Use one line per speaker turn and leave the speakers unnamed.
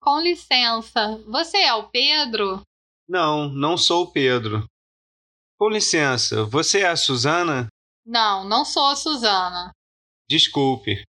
Com licença, você é o Pedro?
Não, não sou o Pedro. Com licença, você é a Suzana?
Não, não sou a Suzana.
Desculpe,